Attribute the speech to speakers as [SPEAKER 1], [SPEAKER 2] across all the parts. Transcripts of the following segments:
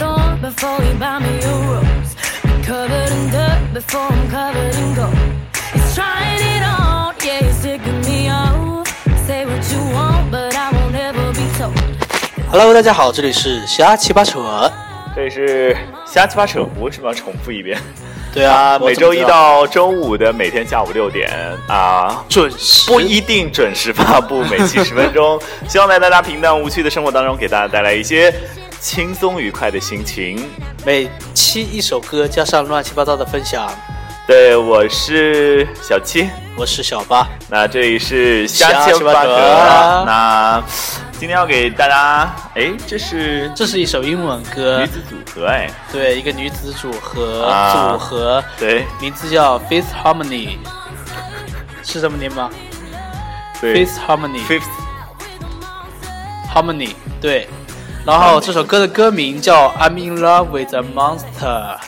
[SPEAKER 1] before you buy me a rose. Be covered in dirt before I'm covered in gold. He's trying it on, yeah, he's taking me out. Say what you want, but I won't ever be told.
[SPEAKER 2] Hello，大家好，这里是瞎七八扯。
[SPEAKER 3] 这里是瞎七八扯，我为什么要重复一遍？
[SPEAKER 2] 对啊，
[SPEAKER 3] 每周一
[SPEAKER 2] 到
[SPEAKER 3] 到周五的每天下午六点啊，
[SPEAKER 2] 准时
[SPEAKER 3] 不一定准时发布，每期十分 钟，希望在大家平淡无趣的生活当中，给大家带来一些轻松愉快的心情。
[SPEAKER 2] 每期一首歌加上乱七八糟的分享。
[SPEAKER 3] 对，我是小七，
[SPEAKER 2] 我是小八，
[SPEAKER 3] 那这里是
[SPEAKER 2] 瞎
[SPEAKER 3] 瞎
[SPEAKER 2] 七
[SPEAKER 3] 七
[SPEAKER 2] 八
[SPEAKER 3] 八
[SPEAKER 2] 扯
[SPEAKER 3] 扯。那今天要给大家，哎，这是
[SPEAKER 2] 这是一首英文歌
[SPEAKER 3] 女，子组合，哎，
[SPEAKER 2] 对，一个女子组合、
[SPEAKER 3] 啊
[SPEAKER 2] 组合，
[SPEAKER 3] 对
[SPEAKER 2] 名字叫 Fifth Harmony，是这么念吗
[SPEAKER 3] 对
[SPEAKER 2] ？Fifth Harmony，Harmony，
[SPEAKER 3] ，Fifth
[SPEAKER 2] 对。然后这首歌的歌名叫《I'm in Love with a Monster》。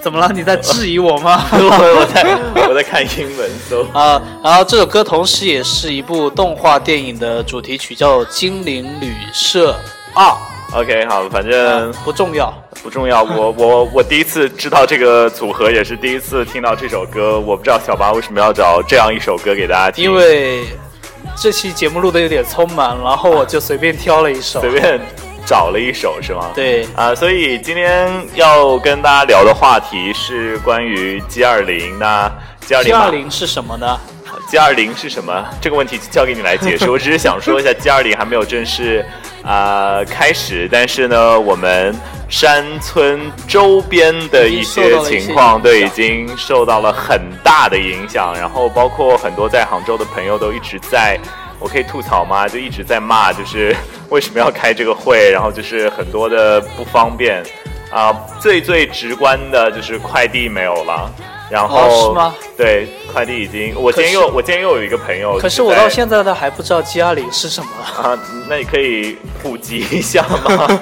[SPEAKER 2] 怎么了？你在质疑我吗？
[SPEAKER 3] 我我在我在看英文搜。
[SPEAKER 2] 啊，然后这首歌同时也是一部动画电影的主题曲，叫《精灵旅社二》
[SPEAKER 3] OK，好，反正
[SPEAKER 2] 啊，不重要。
[SPEAKER 3] 不重要。 我我我第一次知道这个组合，也是第一次听到这首歌。我不知道小八为什么要找这样一首歌给大家听，
[SPEAKER 2] 因为这期节目录的有点匆忙，然后我就随便挑了一首。
[SPEAKER 3] 随便找了一首是吗？
[SPEAKER 2] 对
[SPEAKER 3] 啊、所以今天要跟大家聊的话题是关于 G 二零。那 G 二
[SPEAKER 2] G
[SPEAKER 3] 零
[SPEAKER 2] 二零是什么呢？
[SPEAKER 3] G 二零是什么？这个问题交给你来 解释。我只是想说一下，G 二零还没有正式啊、开始，但是呢，我们山村周边的一些情况，对，已经受到了很大的影响。然后包括很多在杭州的朋友都一直在，我可以吐槽吗？就一直在骂，就是为什么要开这个会，然后就是很多的不方便。啊、最最直观的就是快递没有了，然后、
[SPEAKER 2] 哦是吗
[SPEAKER 3] 对，快递已经，我今天
[SPEAKER 2] 可
[SPEAKER 3] 又
[SPEAKER 2] 是
[SPEAKER 3] 我今天又有一个朋友，
[SPEAKER 2] 可是
[SPEAKER 3] 就
[SPEAKER 2] 我
[SPEAKER 3] 在
[SPEAKER 2] 到现在都还不知道 G 二零是什么。
[SPEAKER 3] 啊，那你可以普及一下吗？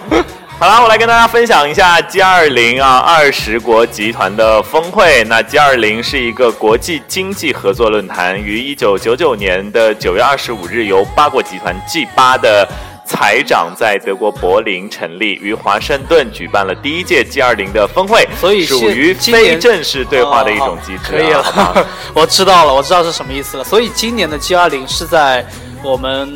[SPEAKER 3] 好啦，我来跟大家分享一下 G 二零啊二十国集团的峰会。那 G 二零是一个国际经济合作论坛，于一九九九年的九月二十五日由八国集团 G 八的财长在德国柏林成立，于华盛顿举办了第一届 G 二零的峰会，
[SPEAKER 2] 所以是
[SPEAKER 3] 属于
[SPEAKER 2] 今年
[SPEAKER 3] 非正式对话的一种机制、啊
[SPEAKER 2] 可以
[SPEAKER 3] 好吧
[SPEAKER 2] 了， 我知道了，我知道是什么意思了。所以今年的 G 二零是在我们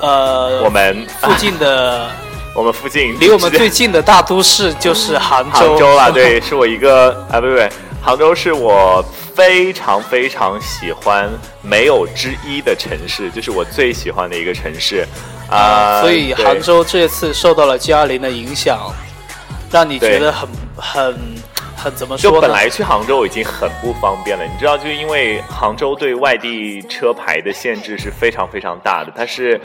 [SPEAKER 2] 呃
[SPEAKER 3] 我们
[SPEAKER 2] 附近的。
[SPEAKER 3] 我们附近
[SPEAKER 2] 离我们
[SPEAKER 3] 直接
[SPEAKER 2] 最近的大都市就是杭州。
[SPEAKER 3] 杭州啦，对，是我一个啊，不不不，杭州是我非常非常喜欢没有之一的城市，就是我最喜欢的一个城市啊、
[SPEAKER 2] 所以
[SPEAKER 3] 对
[SPEAKER 2] 杭州这次受到了 G 二零的影响，让你觉得很很很怎么说
[SPEAKER 3] 就
[SPEAKER 2] 呢？
[SPEAKER 3] 本来去杭州已经很不方便了，你知道，就是因为杭州对外地车牌的限制是非常非常大的，它是。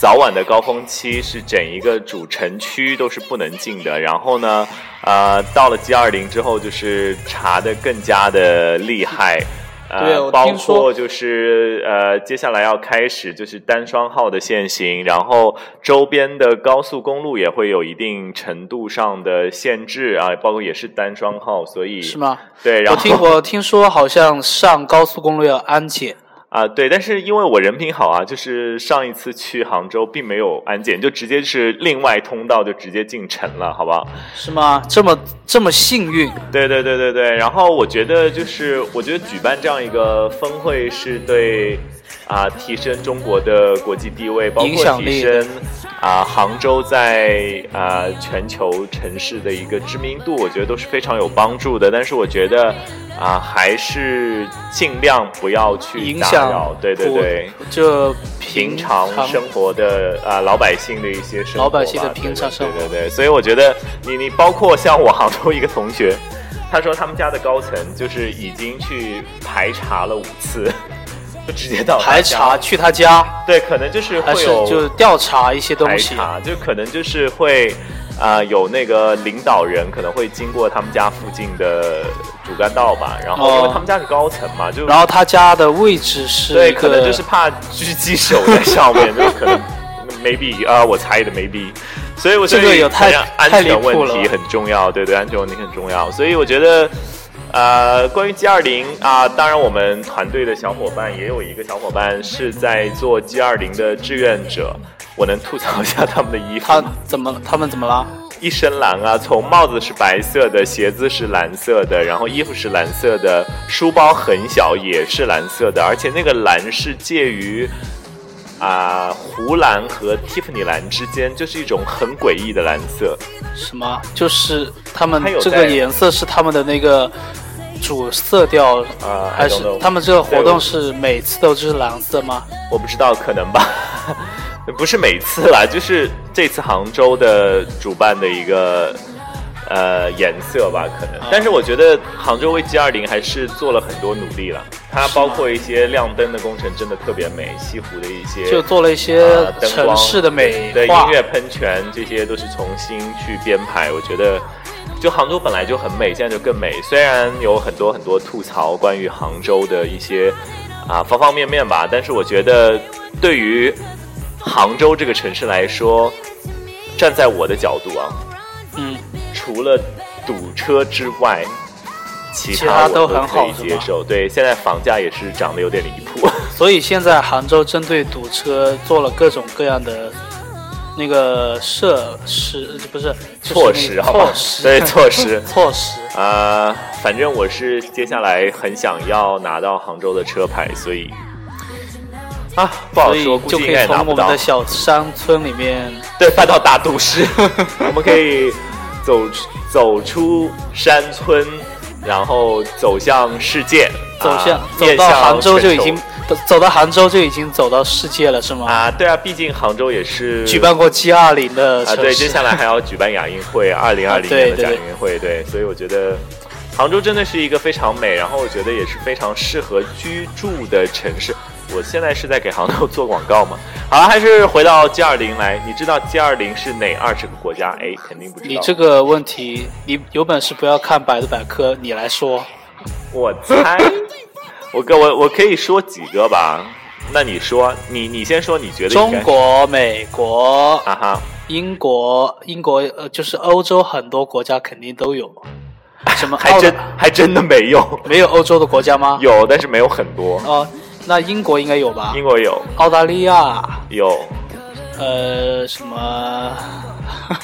[SPEAKER 3] 早晚的高峰期是整一个主城区都是不能进的，然后呢，呃，到了 G 二零之后，就是查的更加的厉害，
[SPEAKER 2] 对
[SPEAKER 3] 呃，
[SPEAKER 2] 我
[SPEAKER 3] 包
[SPEAKER 2] 听说
[SPEAKER 3] 括就是呃，接下来要开始就是单双号的限行，然后周边的高速公路也会有一定程度上的限制啊，包括也是单双号，所以
[SPEAKER 2] 是？吗？
[SPEAKER 3] 对，然
[SPEAKER 2] 我
[SPEAKER 3] 后
[SPEAKER 2] 听我听说好像上高速公路要安检，
[SPEAKER 3] 啊、对，但是因为我人品好啊，就是上一次去杭州并没有安检，就直接是另外通道就直接进城了，好不好？
[SPEAKER 2] 是吗？这么这么幸运，
[SPEAKER 3] 对对对对对，然后我觉得就是，我觉得举办这样一个峰会是对啊、提升中国的国际地位，包
[SPEAKER 2] 影
[SPEAKER 3] 括
[SPEAKER 2] 响
[SPEAKER 3] 提
[SPEAKER 2] 力
[SPEAKER 3] 升啊、杭州在啊、全球城市的一个知名度，我觉得都是非常有帮助的。但是我觉得啊、还是尽量不要去
[SPEAKER 2] 影
[SPEAKER 3] 打
[SPEAKER 2] 响
[SPEAKER 3] 扰，对对对，
[SPEAKER 2] 普，就
[SPEAKER 3] 平常生活的啊、老百姓的一些生活吧，
[SPEAKER 2] 老百姓的平常生活
[SPEAKER 3] 对对对对，所以我觉得你你包括像我杭州一个同学，他说他们家的高层就是已经去排查了五次，就直接到他
[SPEAKER 2] 排
[SPEAKER 3] 家
[SPEAKER 2] 查，去他家，
[SPEAKER 3] 对，可能就是
[SPEAKER 2] 还
[SPEAKER 3] 会
[SPEAKER 2] 是
[SPEAKER 3] 有
[SPEAKER 2] 就调查一些东
[SPEAKER 3] 排
[SPEAKER 2] 西。
[SPEAKER 3] 查，就可能就是会啊、有那个领导人可能会经过他们家附近的主干道吧，然后因为
[SPEAKER 2] 哦
[SPEAKER 3] 他们家是高层嘛，就
[SPEAKER 2] 然后他家的位置是
[SPEAKER 3] 对，
[SPEAKER 2] 一
[SPEAKER 3] 可
[SPEAKER 2] 个
[SPEAKER 3] 能就是怕狙击手在上面， 就可能 maybe 啊、我猜的 maybe。所以我觉得
[SPEAKER 2] 这个有太
[SPEAKER 3] 可能安
[SPEAKER 2] 太离
[SPEAKER 3] 全
[SPEAKER 2] 谱
[SPEAKER 3] 问
[SPEAKER 2] 了
[SPEAKER 3] 题很重要，对对，安全问题很重要。所以我觉得，呃，关于 G 二零啊，当然我们团队的小伙伴也有一个小伙伴是在做 G 二零的志愿者，我能吐槽一下他们的衣服
[SPEAKER 2] 他
[SPEAKER 3] 吗？
[SPEAKER 2] 怎么他们怎么了？
[SPEAKER 3] 一身蓝啊，从帽子是白色的，鞋子是蓝色的，然后衣服是蓝色的，书包很小也是蓝色的，而且那个蓝是介于。啊，湖蓝和蒂芙尼蓝之间就是一种很诡异的蓝色，
[SPEAKER 2] 什么？就是他们
[SPEAKER 3] 它有
[SPEAKER 2] 这
[SPEAKER 3] 带
[SPEAKER 2] 个颜色是他们的那个主色调，
[SPEAKER 3] 啊
[SPEAKER 2] 还
[SPEAKER 3] I don't
[SPEAKER 2] 是
[SPEAKER 3] know
[SPEAKER 2] 他们这个活
[SPEAKER 3] 对
[SPEAKER 2] 动
[SPEAKER 3] 我
[SPEAKER 2] 是每次都是蓝色吗？
[SPEAKER 3] 我不知道，可能吧， 不是每次啦，就是这次杭州的主办的一个呃颜色吧，可能。但是我觉得杭州为 G 二零还是做了很多努力了，它包括一些亮灯的工程真的特别美，西湖的一些
[SPEAKER 2] 就做了一些
[SPEAKER 3] 啊灯光
[SPEAKER 2] 城市的美
[SPEAKER 3] 对
[SPEAKER 2] 化
[SPEAKER 3] 音，乐喷泉这些都是重新去编排，我觉得。就杭州本来就很美，现在就更美。虽然有很多很多吐槽关于杭州的一些啊方方面面吧，但是我觉得对于杭州这个城市来说，站在我的角度啊，
[SPEAKER 2] 嗯，
[SPEAKER 3] 除了堵车之外，其
[SPEAKER 2] 其他
[SPEAKER 3] 我
[SPEAKER 2] 都
[SPEAKER 3] 都
[SPEAKER 2] 很
[SPEAKER 3] 可
[SPEAKER 2] 好
[SPEAKER 3] 以
[SPEAKER 2] 是吗
[SPEAKER 3] 接受。对，现在房价也是涨得有点离谱。
[SPEAKER 2] 所以现在杭州针对堵车做了各种各样的那个设施，呃不是就是
[SPEAKER 3] 措
[SPEAKER 2] 那
[SPEAKER 3] 施，
[SPEAKER 2] 个
[SPEAKER 3] 好吧
[SPEAKER 2] 措？施，。
[SPEAKER 3] 对，措施
[SPEAKER 2] 措施。
[SPEAKER 3] 啊、反正我是接下来很想要拿到杭州的车牌，所以啊，不好
[SPEAKER 2] 所以
[SPEAKER 3] 说，估
[SPEAKER 2] 就
[SPEAKER 3] 计
[SPEAKER 2] 可
[SPEAKER 3] 应
[SPEAKER 2] 以
[SPEAKER 3] 该也
[SPEAKER 2] 从
[SPEAKER 3] 拿
[SPEAKER 2] 我
[SPEAKER 3] 不
[SPEAKER 2] 们
[SPEAKER 3] 到
[SPEAKER 2] 的。小山村里面，
[SPEAKER 3] 对，搬到大 都市，我们可以走出走出山村，然后走向世界，
[SPEAKER 2] 走向、
[SPEAKER 3] 啊、
[SPEAKER 2] 走
[SPEAKER 3] 面
[SPEAKER 2] 到
[SPEAKER 3] 向
[SPEAKER 2] 杭州就
[SPEAKER 3] 全
[SPEAKER 2] 已
[SPEAKER 3] 球
[SPEAKER 2] 经走走到杭州就已经走到世界了，是吗？
[SPEAKER 3] 啊，对啊，毕竟杭州也是
[SPEAKER 2] 举办过 G 二零的
[SPEAKER 3] 啊，
[SPEAKER 2] 城市，
[SPEAKER 3] 对，接下来还要举办亚运 会，二零二零
[SPEAKER 2] 对
[SPEAKER 3] 年的亚
[SPEAKER 2] 啊对
[SPEAKER 3] 运会，对，所以我觉得杭州真的是一个非常美，然后我觉得也是非常适合居住的城市。我现在是在给杭州做广告吗？ 好了，还是回到 G 二零来，你知道 G 二零是哪二十个国家？哎，肯定不知道。
[SPEAKER 2] 你这个问题，你有本事不要看百度百科，你来说。
[SPEAKER 3] 我猜， 我跟我我可以说几个吧？那你说，你你先说，你觉得应
[SPEAKER 2] 中
[SPEAKER 3] 该
[SPEAKER 2] 国、美国、
[SPEAKER 3] 啊哈，
[SPEAKER 2] 英国、英国呃，就是欧洲很多国家肯定都有。 什么？
[SPEAKER 3] 还真
[SPEAKER 2] 澳大
[SPEAKER 3] 还真的没有，
[SPEAKER 2] 没有欧洲的国家吗？
[SPEAKER 3] 有但是没有很多。
[SPEAKER 2] 哦、那英国应该有吧？
[SPEAKER 3] 英国有
[SPEAKER 2] 澳大利亚，
[SPEAKER 3] 有
[SPEAKER 2] 呃，什么？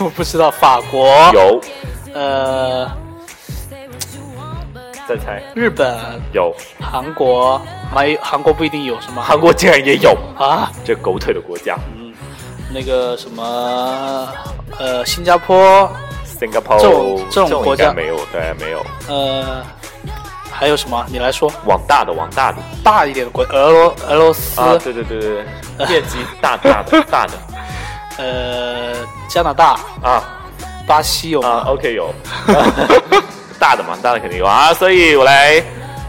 [SPEAKER 2] 我不知道。法国，
[SPEAKER 3] 有，
[SPEAKER 2] 呃，
[SPEAKER 3] 再猜
[SPEAKER 2] 日本、
[SPEAKER 3] 有。
[SPEAKER 2] 韩国，没韩国不一定有什么。
[SPEAKER 3] 韩国竟然也有
[SPEAKER 2] 啊，
[SPEAKER 3] 这狗腿的国家
[SPEAKER 2] 那个什么，呃，新加坡，
[SPEAKER 3] ，Singapore
[SPEAKER 2] 这种这种
[SPEAKER 3] 应该
[SPEAKER 2] 国家
[SPEAKER 3] 没有，对，没有。
[SPEAKER 2] 呃，还有什么？你来说
[SPEAKER 3] 往大的，往大的
[SPEAKER 2] 大一点的国，俄罗俄罗斯，
[SPEAKER 3] 啊，对对对对对，业绩大大的大的
[SPEAKER 2] 呃，加拿大、
[SPEAKER 3] 啊
[SPEAKER 2] 巴西有
[SPEAKER 3] 啊
[SPEAKER 2] 吗？
[SPEAKER 3] ，OK 有， 大的嘛，大的肯定有啊，所以我来。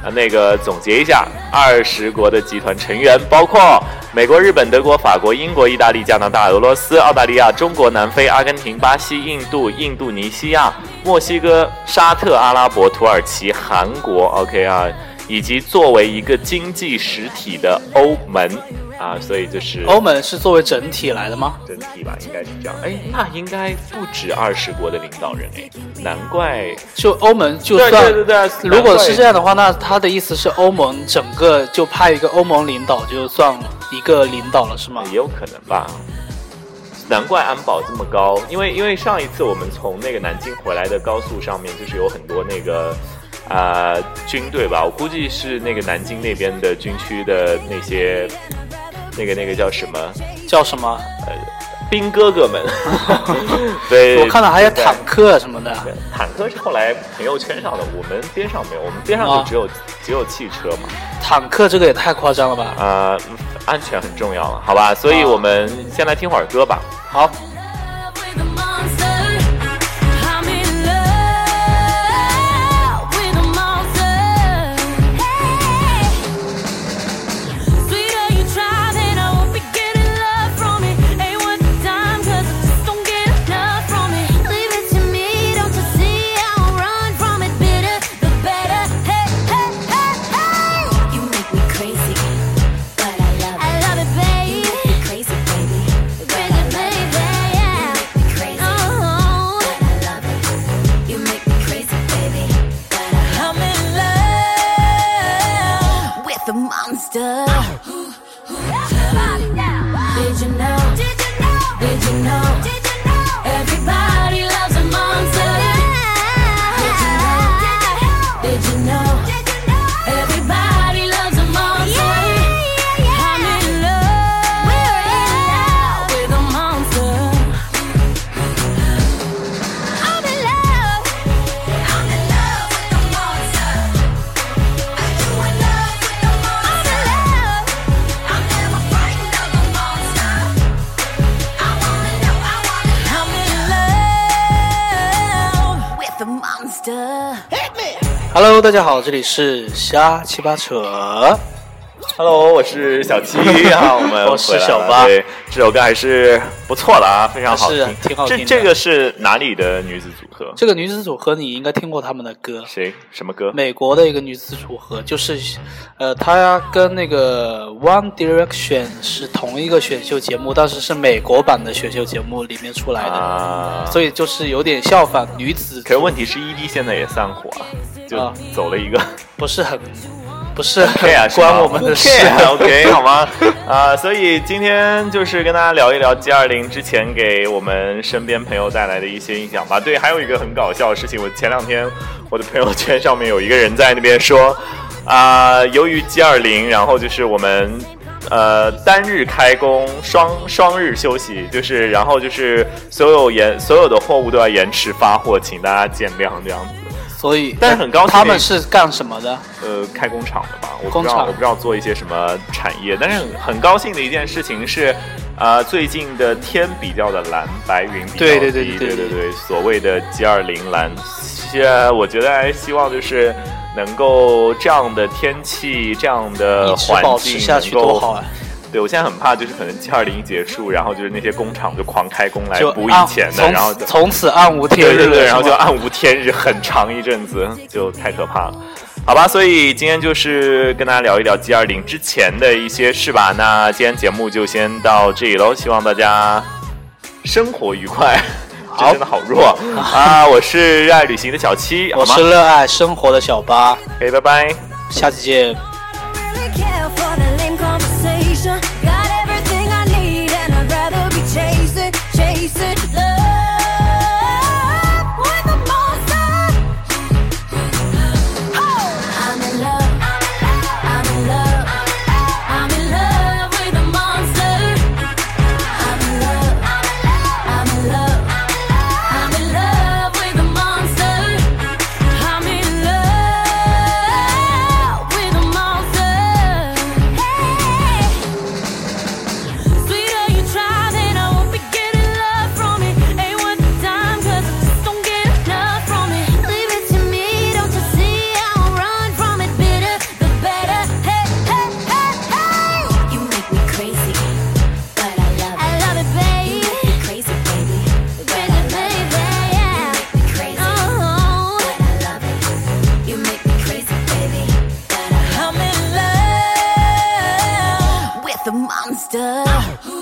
[SPEAKER 3] 啊那个总结一下，二十国的集团成员包括美国、日本、德国、法国、英国、意大利、加拿大、俄罗斯、澳大利亚、中国、南非、阿根廷、巴西、印度、印度尼西亚、墨西哥、沙特、阿拉伯、土耳其、韩国，OK 啊，以及作为一个经济实体的欧盟啊，所以就是
[SPEAKER 2] 欧盟是作为整体来的吗？
[SPEAKER 3] 整体吧，应该是这样。哎，那应该不止二十国的领导人哎，难怪。
[SPEAKER 2] 就欧盟就
[SPEAKER 3] 对
[SPEAKER 2] 算，
[SPEAKER 3] 对对对，
[SPEAKER 2] 如果是这样
[SPEAKER 3] 样，
[SPEAKER 2] 的话，那他的意思是欧盟整个就派一个欧盟领导就算一个领导了，是吗？
[SPEAKER 3] 也有可能吧。难怪安保这么高，因为因为上一次我们从那个南京回来的高速上面，就是有很多那个啊、呃军队吧，我估计是那个南京那边的军区的那些那个那个叫什么
[SPEAKER 2] 叫什么？
[SPEAKER 3] 兵哥哥 们，对，
[SPEAKER 2] 我看到还有
[SPEAKER 3] 对
[SPEAKER 2] 坦克什么的。
[SPEAKER 3] 对坦克是后来朋友圈上的，我们边上没有，我们边上
[SPEAKER 2] 啊
[SPEAKER 3] 就只有、只有汽车嘛，
[SPEAKER 2] 坦克这个也太夸张了吧！
[SPEAKER 3] 啊、安全很重要了，好吧，所以
[SPEAKER 2] 啊
[SPEAKER 3] 我们先来听会儿歌吧。
[SPEAKER 2] 好，
[SPEAKER 1] with a monster. I'm in love with a monster. Hey, sweeter you try, then I won't be getting love from it. Ain't worth the time, 'cause I just don't get enough from it. Leave it to me, don't you see? I'll run from it. Bitter, the better. Hey, hey, hey, hey.
[SPEAKER 4] You make me crazy, but I love
[SPEAKER 1] I
[SPEAKER 4] it.
[SPEAKER 1] love it,
[SPEAKER 4] You
[SPEAKER 1] baby.
[SPEAKER 4] make me crazy, baby, but
[SPEAKER 1] Crazy,
[SPEAKER 4] I love it.
[SPEAKER 1] baby, yeah.
[SPEAKER 4] You make me crazy,
[SPEAKER 1] Oh.
[SPEAKER 4] but I love it. You make me crazy, baby, but I
[SPEAKER 1] I'm in love.
[SPEAKER 4] love it. With a monster.
[SPEAKER 1] Did you know? Did you know? Did you know? Everybody loves a
[SPEAKER 2] Hello，大家好，这里是瞎七八扯。
[SPEAKER 3] Hello，我是小 七啊，我们
[SPEAKER 2] 我是
[SPEAKER 3] 回来了
[SPEAKER 2] 小八
[SPEAKER 3] 对，这首歌还是不错的啊，非常好
[SPEAKER 2] 是挺好听的
[SPEAKER 3] 这这个是哪里的女子组合？
[SPEAKER 2] 这个女子组合你应该听过他们的歌，
[SPEAKER 3] 谁？什么歌？
[SPEAKER 2] 美国的一个女子组合，就是呃，她跟那个 One Direction 是同一个选秀节目，但是是美国版的选秀节目里面出来的，
[SPEAKER 3] 啊，
[SPEAKER 2] 所以就是有点效仿女子
[SPEAKER 3] 可是问题是，ED 现在也散伙了，就
[SPEAKER 2] 啊
[SPEAKER 3] 走了一个。
[SPEAKER 2] 不是很不是
[SPEAKER 3] 对啊，
[SPEAKER 2] 很
[SPEAKER 3] 是吗
[SPEAKER 2] 关我们的事。
[SPEAKER 3] Who care？OK，好吗？啊，所以今天就是跟大家聊一聊 G 二零之前给我们身边朋友带来的一些影响吧。对，还有一个很搞笑的事情，我前两天我的朋友圈上面有一个人在那边说，啊、由于 G 二零，然后就是我们。呃，单日开工，双双日休息，就是然后就是所有延所有的货物都要延迟发货，请大家见谅这样子。
[SPEAKER 2] 所以，
[SPEAKER 3] 但是很高兴的
[SPEAKER 2] 他们是干什么的？
[SPEAKER 3] 呃开工厂的吧，我不
[SPEAKER 2] 工
[SPEAKER 3] 知道
[SPEAKER 2] 厂
[SPEAKER 3] 我不知道做一些什么产业，但是很很高兴的一件事情是，呃最近的天比较的蓝，白云比较低，
[SPEAKER 2] 对对
[SPEAKER 3] 对
[SPEAKER 2] 对
[SPEAKER 3] 对
[SPEAKER 2] 对对
[SPEAKER 3] 所谓的 G 二零蓝，呃我觉得还希望就是能够这样的天气，这样的
[SPEAKER 2] 一直
[SPEAKER 3] 环
[SPEAKER 2] 保
[SPEAKER 3] 境
[SPEAKER 2] 持下去
[SPEAKER 3] 能够
[SPEAKER 2] 多好啊！
[SPEAKER 3] 对我现在很怕就是可能 G 二零结束，然后就是那些工厂就狂开工来
[SPEAKER 2] 就
[SPEAKER 3] 补
[SPEAKER 2] 暗
[SPEAKER 3] 以前的，
[SPEAKER 2] 从
[SPEAKER 3] 然后
[SPEAKER 2] 此
[SPEAKER 3] 就
[SPEAKER 2] 从此暗无天
[SPEAKER 3] 对
[SPEAKER 2] 日
[SPEAKER 3] 对
[SPEAKER 2] 了，
[SPEAKER 3] 对，然后
[SPEAKER 2] 是吗
[SPEAKER 3] 就暗无天日很长一阵 子，就太可怕了。好吧，所以今天就是跟大家聊一聊 G 二零之前的一些事吧。那今天节目就先到这里喽，希望大家生活愉 快。这真的好弱啊！我是热爱旅行的小七，好
[SPEAKER 2] 我
[SPEAKER 3] 吗
[SPEAKER 2] 是热爱生活的小八，
[SPEAKER 3] ？OK，拜拜。
[SPEAKER 2] 下期见。
[SPEAKER 4] really care for the lame conversation. Got everything I need, and I'd rather be chasing, chasing love with a monster. Oh! I'm in love. I'm in love. I'm in love with a monster. I'm in love. I'm in love. I'm in love with a monster. I'm in love with a monster. Sweeter you try, then I won't be getting love from it. Ain't worth the time, 'cause I just don't get enough from it. Leave it to me, don't you see? I won't run from it. Bitter, the better. Hey, hey, hey, hey. You make me crazy, but I love it. I love it, baby. Crazy, baby. Crazy, baby, yeah. Uh-huh. Crazy, but I love it. You make me crazy, baby. But I'm in love with a monster.